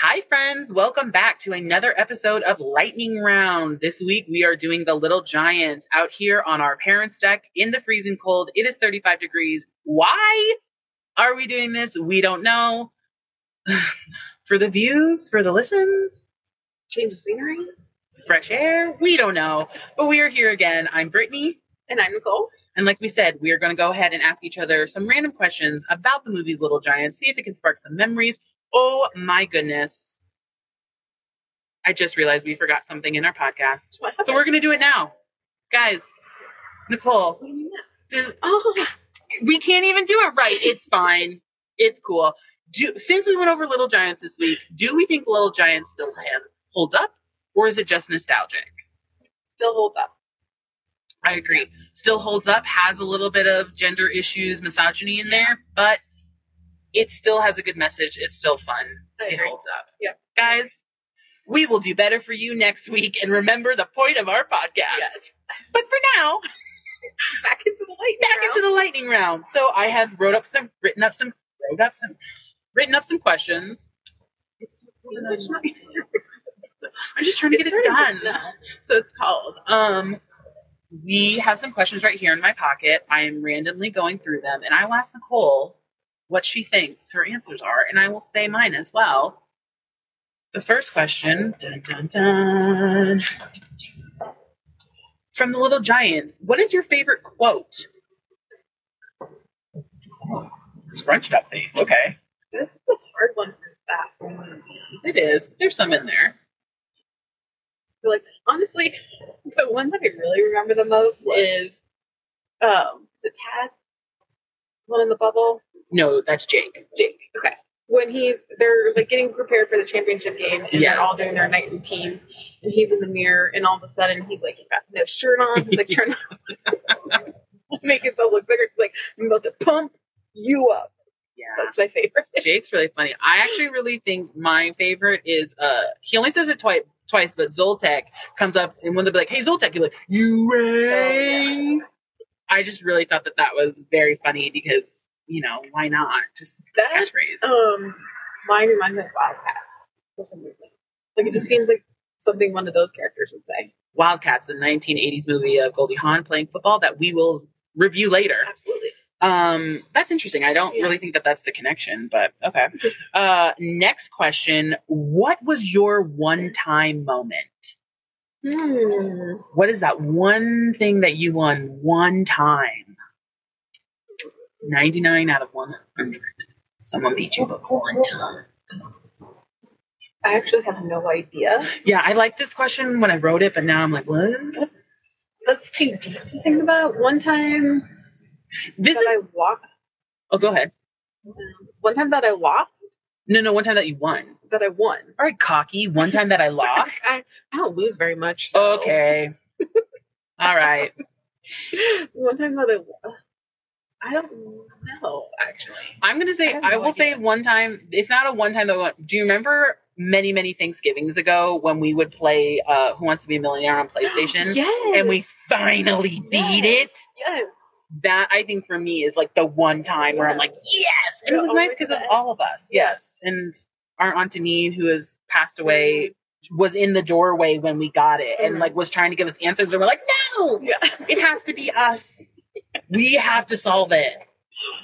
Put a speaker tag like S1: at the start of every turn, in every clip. S1: Hi, friends. Welcome back to another episode of Lightning Round. This week we are doing the Little Giants out here on our parents' deck in the freezing cold. It is 35 degrees. Why are we doing this? We don't know. for the views, for the listens,
S2: Change of scenery.
S1: fresh air, we don't know. But we are here again. I'm Brittany.
S2: And I'm Nicole.
S1: And like we said, we are going to go ahead and ask each other some random questions about the movies Little Giants, see if it can spark some memories. Oh my goodness. I just realized we forgot something in our podcast.
S2: What
S1: So
S2: happened?
S1: we're going to do it now. Guys, Nicole,
S2: What do you mean that?
S1: does,
S2: Oh,
S1: we can't even do it right. It's fine. It's cool. Do, since we went over Little Giants this week, do we think Little Giants still have, holds up, or is it just nostalgic?
S2: still holds up.
S1: I agree. Still holds up, has a little bit of gender issues, misogyny in there, but it still has a good message. It's still fun.
S2: I
S1: It
S2: agree.
S1: holds up.
S2: Yeah.
S1: Guys, we will do better for you next week and remember the point of our podcast.
S2: Yes.
S1: But for now,
S2: Back into the light.
S1: back into the lightning round. So I have wrote up some written up some wrote up some written up some questions. I'm just trying to get it done. So it's called. Um, we have some questions right here in my pocket. I am randomly going through them, and I will ask Nicole what she thinks her answers are, and I will say mine as well. The first question, dun dun dun, from the Little Giants. What is your favorite quote? Oh, Scrunched up face. Okay,
S2: This is a hard one for that.
S1: it is. There's some in there.
S2: But, like, honestly, the one that I really remember the most
S1: What?
S2: is um, is it Tad? One in the bubble?
S1: No, that's Jake.
S2: Jake. Okay. When he's they're like getting prepared for the championship game and
S1: Yeah.
S2: they're all doing their night routines and he's in the mirror and all of a sudden he's like got no shirt on, he's like trying to make himself look bigger. He's like, I'm about to pump you up.
S1: Yeah.
S2: That's my favorite.
S1: Jake's really funny. I actually really think my favorite is uh he only says it twice twice, but Zoltek comes up and when they'll be like, Hey Zoltek, you're like, You rang I just really thought that that was very funny because, you know, why not? Just
S2: That
S1: catchphrase.
S2: um mine reminds me of Wildcat for some reason. Like it just seems like something one of those characters would say.
S1: Wildcats, a nineteen eighties movie of Goldie Hawn playing football that we will review later.
S2: Absolutely.
S1: Um, that's interesting. I don't
S2: Yeah.
S1: really think that that's the connection, but okay. Uh, next question. What was your one time moment?
S2: Hmm.
S1: what is that one thing that you won one time? 99 out of 100. Someone beat you, but one time.
S2: I actually have no idea.
S1: Yeah, I liked this question when I wrote it, but now I'm like, what?
S2: That's that's too deep to think about. One time
S1: This
S2: that
S1: is.
S2: I walked
S1: Oh, go ahead.
S2: Mm-hmm. one time that I lost,
S1: No, no, one time that you won.
S2: that I won.
S1: All right, cocky. One time that I lost.
S2: I, I don't lose very much. so-
S1: Oh, Okay. All right.
S2: One time that I won. I don't know, actually.
S1: I'm gonna
S2: I
S1: say
S2: have
S1: I
S2: no
S1: will say
S2: idea.
S1: one time. It's not a one time that. we went- Do you remember many many Thanksgivings ago when we would play uh, Who Wants to Be a Millionaire on PlayStation?
S2: Yes.
S1: and we finally beat
S2: Yes.
S1: it.
S2: Yes.
S1: That I think for me is like the one time where I'm like, yes, and it was
S2: Yeah,
S1: nice
S2: always
S1: because it was
S2: that.
S1: all of us. Yes, and our aunt Deneen, who has passed away, was in the doorway when we got it, and
S2: Mhm.
S1: like was trying to give us answers, and we're like, no,
S2: Yeah.
S1: it has to be us. We have to solve it.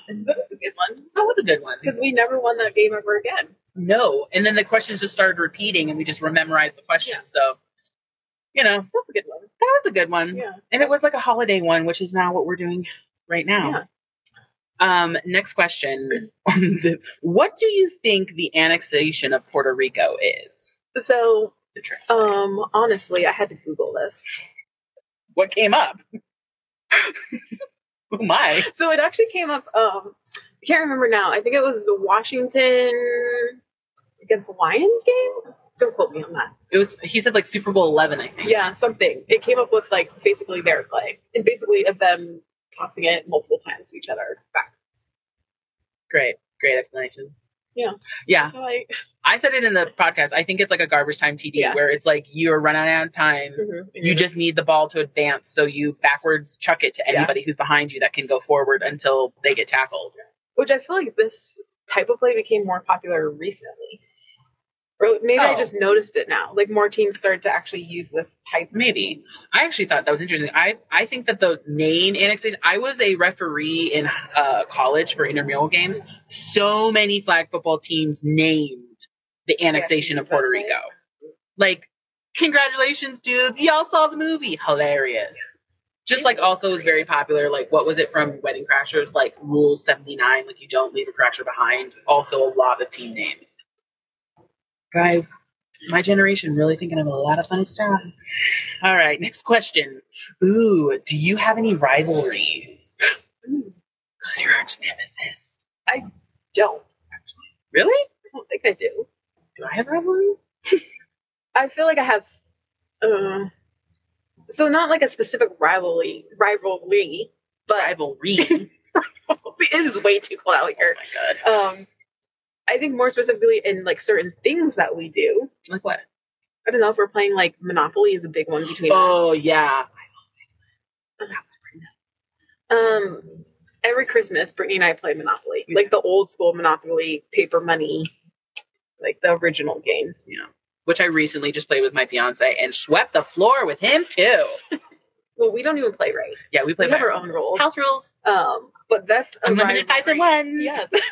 S2: That was a good one.
S1: That was a good one.
S2: Because we never won that game ever again.
S1: No, and then the questions just started repeating, and we just memorized the questions.
S2: Yeah.
S1: So, you know, that
S2: That's a good one.
S1: was a good one.
S2: Yeah.
S1: And it was like a holiday one, which is now what we're doing right now. Um, next question. what do you think the annexation of Puerto Rico is?
S2: So,
S1: The trick.
S2: um, honestly, I had to Google this.
S1: What came up? oh my.
S2: So it actually came up. Um, I can't remember now. I think it was the Washington against the Lions game. Don't quote me on that.
S1: It was he said like Super Bowl eleven, I think.
S2: Yeah, something. It came up with like basically their play and basically of them tossing it multiple times to each other back.
S1: Great, great explanation. Yeah.
S2: Like,
S1: I said it in the podcast. I think it's like a garbage time TD
S2: Yeah.
S1: where it's like you're running out of time. Mm-hmm. You just need the ball to advance, so you backwards chuck it to
S2: Yeah.
S1: anybody who's behind you that can go forward until they get tackled.
S2: which I feel like this type of play became more popular recently. Or maybe I
S1: Oh.
S2: just noticed it now. Like more teams started to actually use this type. of-
S1: Maybe. I actually thought that was interesting. I, I think that the main annexation, I was a referee in uh, college for intramural games. So many flag football teams named the annexation of Puerto Rico. Like, congratulations, dudes. Y'all saw the movie. Hilarious. Just like also was very popular. Like, what was it from Wedding Crashers? Like, Rule 79, like, you don't leave a crasher behind. Also, a lot of team names. Guys, my generation really thinking of a lot of funny stuff. All right, next question. Ooh, do you have any rivalries?
S2: Ooh,
S1: Who's your arch nemesis?
S2: Don't.
S1: Really?
S2: I don't think I do.
S1: Do I have rivalries?
S2: I feel like I have. Uh, so not like a specific rivalry, rivalry, but
S1: Rivalry.
S2: it is way too cold out
S1: oh
S2: here.
S1: my god.
S2: Um, I think more specifically in like certain things that we do.
S1: Like what?
S2: I don't know if we're playing like Monopoly is a big one between us.
S1: Oh yeah.
S2: Um, every Christmas, Brittany and I play Monopoly,
S1: Yeah.
S2: like the old school Monopoly, paper money, like the original game.
S1: Which I recently just played with my fiance and swept the floor with him too.
S2: Well, we don't even play right.
S1: Yeah, we
S2: We
S1: played
S2: have
S1: by
S2: our own rules.
S1: house rules.
S2: Um, but that's a
S1: Unlimited fives and
S2: rivalry.
S1: ones.
S2: Yes.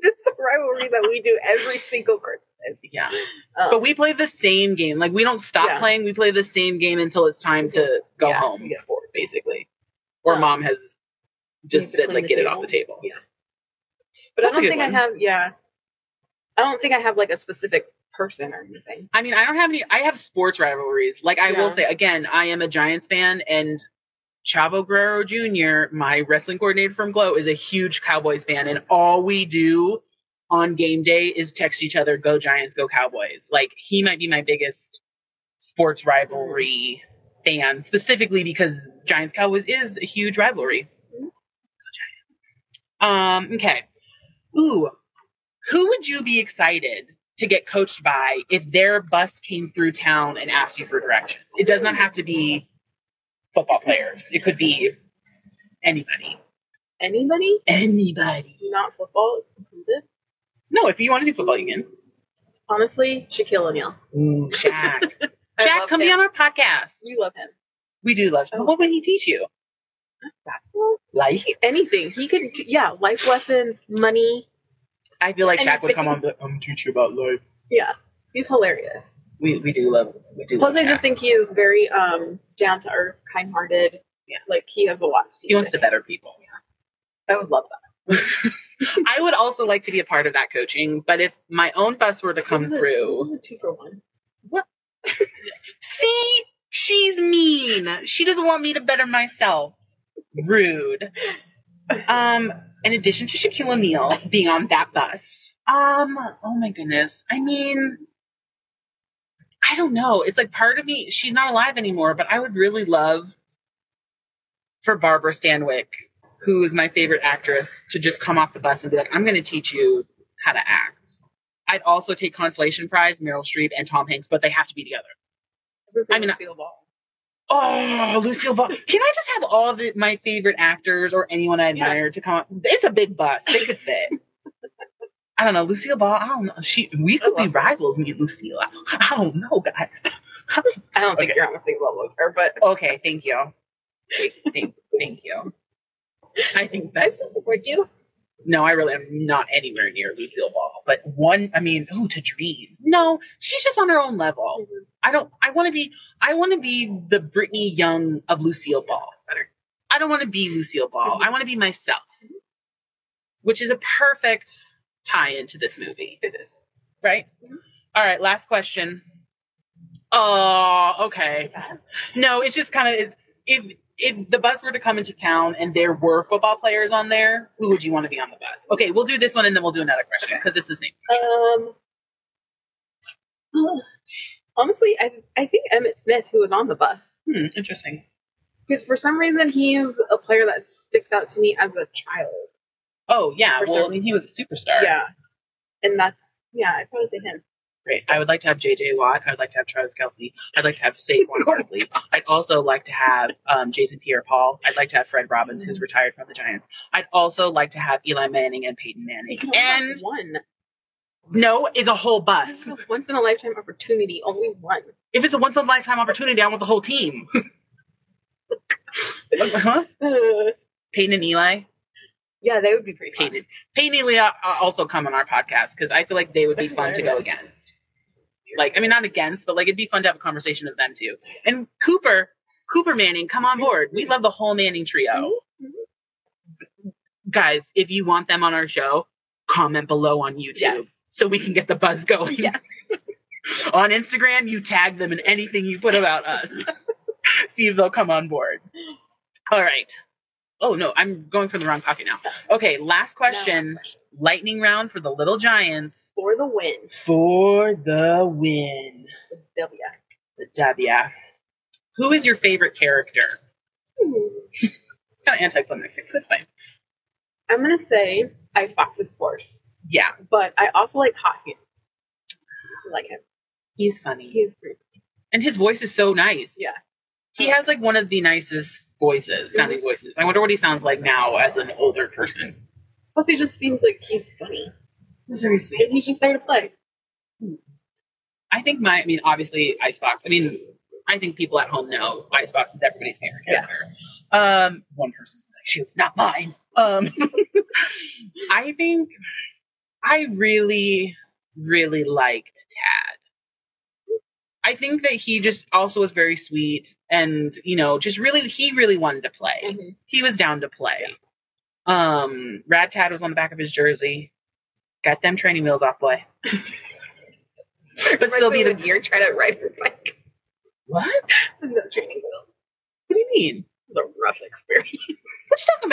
S2: this is a rivalry that we do every single Christmas.
S1: Yeah.
S2: Um,
S1: But we play the same game. Like we don't stop
S2: Yeah.
S1: playing. We play the same game until it's time to go
S2: Yeah,
S1: home.
S2: we get bored, basically.
S1: Or
S2: Yeah.
S1: mom has just
S2: to
S1: said
S2: clean
S1: like
S2: the
S1: get it
S2: table.
S1: off the table.
S2: Yeah. But
S1: That's a
S2: I
S1: good
S2: don't think
S1: one.
S2: I have. Yeah, I don't think I have like a specific person or anything.
S1: I mean, I don't have any. I have sports rivalries. Like I will
S2: Yeah.
S1: say again, I am a Giants fan, and Chavo Guerrero Jr., my wrestling coordinator from Glow, is a huge Cowboys fan, and all we do on game day is text each other, "Go Giants, go Cowboys!" Like he might be my biggest sports rivalry fan, specifically because Giants Cowboys is a huge rivalry.
S2: Mhm.
S1: Go Giants. Um. Okay. Ooh, who would you be excited to get coached by if their bus came through town and asked you for directions? It does not have to be football players. It could be anybody.
S2: Anybody?
S1: Anybody.
S2: Not football included.
S1: No, if you want to do football, you
S2: Honestly, Shaquille O'Neal.
S1: can. Ooh, Shaq.
S2: I
S1: Shaq,
S2: love
S1: come be
S2: him.
S1: on our podcast.
S2: You love him.
S1: We do love him.
S2: Oh.
S1: What would he teach you?
S2: Basketball.
S1: Life.
S2: Anything he could. T- yeah, life lesson, money.
S1: I feel like Shaq would
S2: Anything.
S1: come on and be like, I'm going to teach you about life.
S2: Yeah, he's hilarious.
S1: We, we do love we do
S2: Plus,
S1: love
S2: I just
S1: Shaq.
S2: think he is very um down to earth, kind hearted.
S1: Yeah.
S2: like he has a lot to do.
S1: He wants to better people.
S2: I would love that.
S1: I would also like to be a part of that coaching, but if my own bus were to come
S2: This is a-
S1: through,
S2: this is a two for one.
S1: See, she's mean. She doesn't want me to better myself. Rude. Um, in addition to Shaquille O'Neal being on that bus, um, oh my goodness. I mean, I don't know. It's like part of me, she's not alive anymore, but I would really love for Barbara Stanwyck, who is my favorite actress, to just come off the bus and be like, I'm going to teach you how to act. I'd also take Constellation Prize, Meryl Streep, and Tom Hanks, but they have to be together.
S2: This is
S1: I mean, I-
S2: Lucille Ball.
S1: Oh, Lucille Ball. Can I just have all the my favorite actors or anyone I admire to come? It's a big bus. They could fit. I don't know. Lucille Ball, I don't know. She we could be
S2: I love
S1: rivals, me and Lucille. I I don't know, guys.
S2: I don't think
S1: Okay.
S2: you're on the same level as her, but
S1: Okay, thank you. Thank, thank you. I think
S2: I
S1: that's
S2: still support you.
S1: no, I really am not anywhere near Lucille Ball. But one I mean, oh to dream. No, she's just on her own
S2: Oh
S1: level. I don't. I want to be. I want to be the Brittany Young of Lucille Ball.
S2: Better.
S1: I don't want to be Lucille Ball. I want to be myself, which is a perfect tie into this movie,
S2: It is.
S1: right?
S2: Mhm.
S1: All right, last question. Oh, okay. No, it's just kind of if if the bus were to come into town and there were football players on there, who would you want to be on the bus? Okay, we'll do this one and then we'll do another question because it's the same.
S2: Um, uh, honestly, I I think Emmett Smith, who was on the bus,
S1: Hmm, interesting.
S2: because for some reason he's a player that sticks out to me as a child.
S1: Oh yeah.
S2: For
S1: Well, I
S2: some-
S1: mean, he was a superstar.
S2: Yeah. And that's yeah, I'd probably say him.
S1: Right. I would like to have J.J. Watt. I'd like to have Travis Kelsey. I'd like to have Saquon Barkley. I'd also like to have um, Jason Pierre-Paul. I'd like to have Fred Robbins, who's retired from the Giants. I'd also like to have Eli Manning and Peyton Manning.
S2: He only
S1: And
S2: got one.
S1: no is a whole
S2: This
S1: bus.
S2: is a once in a lifetime opportunity, only one.
S1: If it's a once in a lifetime opportunity, I want the whole team. huh?
S2: Uh,
S1: Peyton and Eli.
S2: yeah, they would be pretty fun.
S1: Peyton. Peyton and Eli are also come on our podcast because I feel like they would be fun to go against. Like, I mean, not against, but like it'd be fun to have a conversation with them too. And Cooper, Cooper Manning, come on board. We love the whole Manning trio. Guys, if you want them on our show, comment below on YouTube
S2: Yes.
S1: so we can get the buzz going.
S2: Yes.
S1: on Instagram, you tag them in anything you put about us. See if they'll come on board. All right. Oh no, I'm going from the wrong pocket now. Okay, last question. Lightning round for the little giants
S2: For the win.
S1: for the win.
S2: W.
S1: The W. Who is your favorite character?
S2: Hmm.
S1: Kind of anticlimactic. That's fine.
S2: I'm gonna say Ice Fox, of course.
S1: Yeah,
S2: But I also like Hot Hands. I like him.
S1: he's funny,
S2: He's great.
S1: and his voice is so nice.
S2: Yeah.
S1: he has like one of the nicest voices, sounding voices. I wonder what he sounds like now as an older person.
S2: Plus he just seems like he's funny.
S1: He's very
S2: And he's just there to play.
S1: I think my, I mean, obviously Icebox. I mean, I think people at home know Icebox is everybody's favorite
S2: Yeah.
S1: character. Um, one person's like, she was not mine. Um, I think I really, really liked Tad. I think that he just also was very sweet and, you know, just really, he really wanted to play
S2: Mm-hmm.
S1: he was down to play. Um, Rad Tad was on the back of his jersey. Got them training wheels off, boy. but still be the
S2: gear trying to ride her bike.
S1: what? What
S2: No training wheels.
S1: do you mean?
S2: It was a rough experience.
S1: What you talking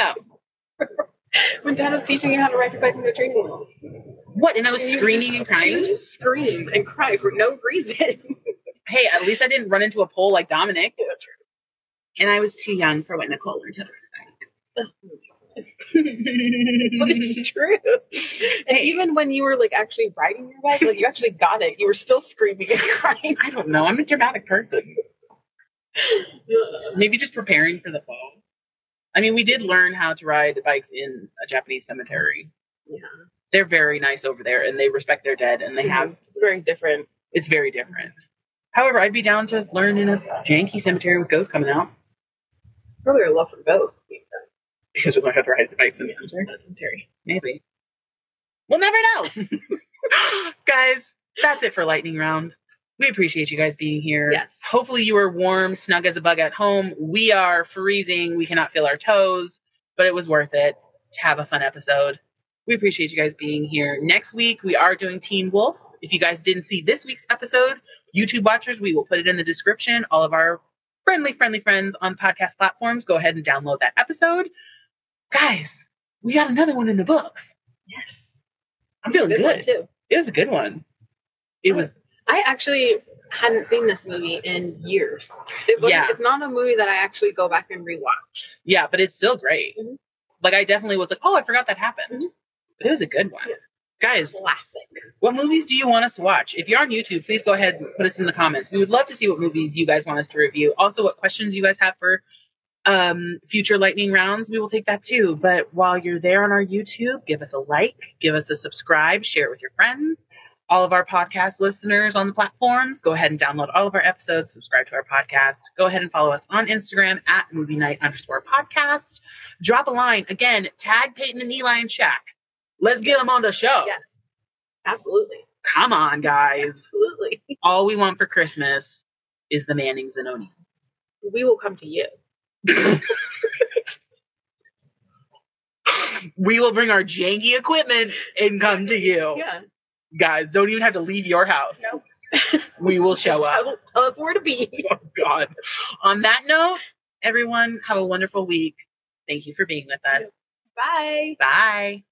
S1: about?
S2: When dad was teaching you how to ride your bike with no training wheels.
S1: What? And I was
S2: And you
S1: screaming
S2: just-
S1: and
S2: she would
S1: crying.
S2: just scream and cry for no reason.
S1: Hey, at least I didn't run into a pole like Dominic. And I was too young for what Nicole learned how to
S2: but it's true. And even when you were like actually riding your bike, like you actually got it, you were still screaming and crying.
S1: I don't know. I'm a dramatic person. Maybe just preparing for the fall. I mean, we did learn how to ride bikes in a Japanese cemetery.
S2: Yeah.
S1: They're very nice over there and they respect their dead and they have
S2: It's very different.
S1: it's very different. However, I'd be down to learn in a janky cemetery with ghosts coming out
S2: Probably a love for ghosts.
S1: because we learned how to ride bikes in the cemetery.
S2: Terry.
S1: Maybe. We'll never know. guys, that's it for lightning round. We appreciate you guys being here.
S2: Yes.
S1: Hopefully you are warm, snug as a bug at home. We are freezing. We cannot feel our toes, but it was worth it to have a fun episode. We appreciate you guys being here. Next week we are doing Teen Wolf. If you guys didn't see this week's episode, YouTube watchers, we will put it in the description. All of our friendly, friendly friends on podcast platforms, go ahead and download that episode. Guys, we got another one in the books.
S2: Yes.
S1: I'm feeling
S2: Good, one
S1: Oh, good.
S2: too.
S1: It was a good one. It was
S2: I actually hadn't seen this movie in years. It wasn't,
S1: Yeah.
S2: It's not a movie that I actually go back and rewatch.
S1: yeah, but it's still great.
S2: Mhm.
S1: Like I definitely was like, oh, I forgot that happened.
S2: Mhm.
S1: But it was a good one.
S2: Yeah.
S1: Guys,
S2: Classic.
S1: what movies do you want us to watch? If you're on YouTube, please go ahead and put us in the comments. We would love to see what movies you guys want us to review. Also, what questions you guys have for um, future lightning rounds, we will take that too. But while you're there on our YouTube, give us a like, give us a subscribe, share it with your friends. All of our podcast listeners on the platforms, go ahead and download all of our episodes, subscribe to our podcast. Go ahead and follow us on Instagram at movie night underscore podcast. Drop a line again, tag Peyton and Eli and Shaq. Let's get them on the show.
S2: Yes. Absolutely.
S1: Come on, guys.
S2: Absolutely.
S1: All we want for Christmas is the Mannings and Oni.
S2: We will come to you.
S1: We will bring our janky equipment and come to you.
S2: Yeah.
S1: Guys, don't even have to leave your house.
S2: Nope.
S1: we will show
S2: Just
S1: up.
S2: Tell, tell us where to be.
S1: Oh, God. On that note, everyone, have a wonderful week. Thank you for being with us.
S2: Bye.
S1: Bye.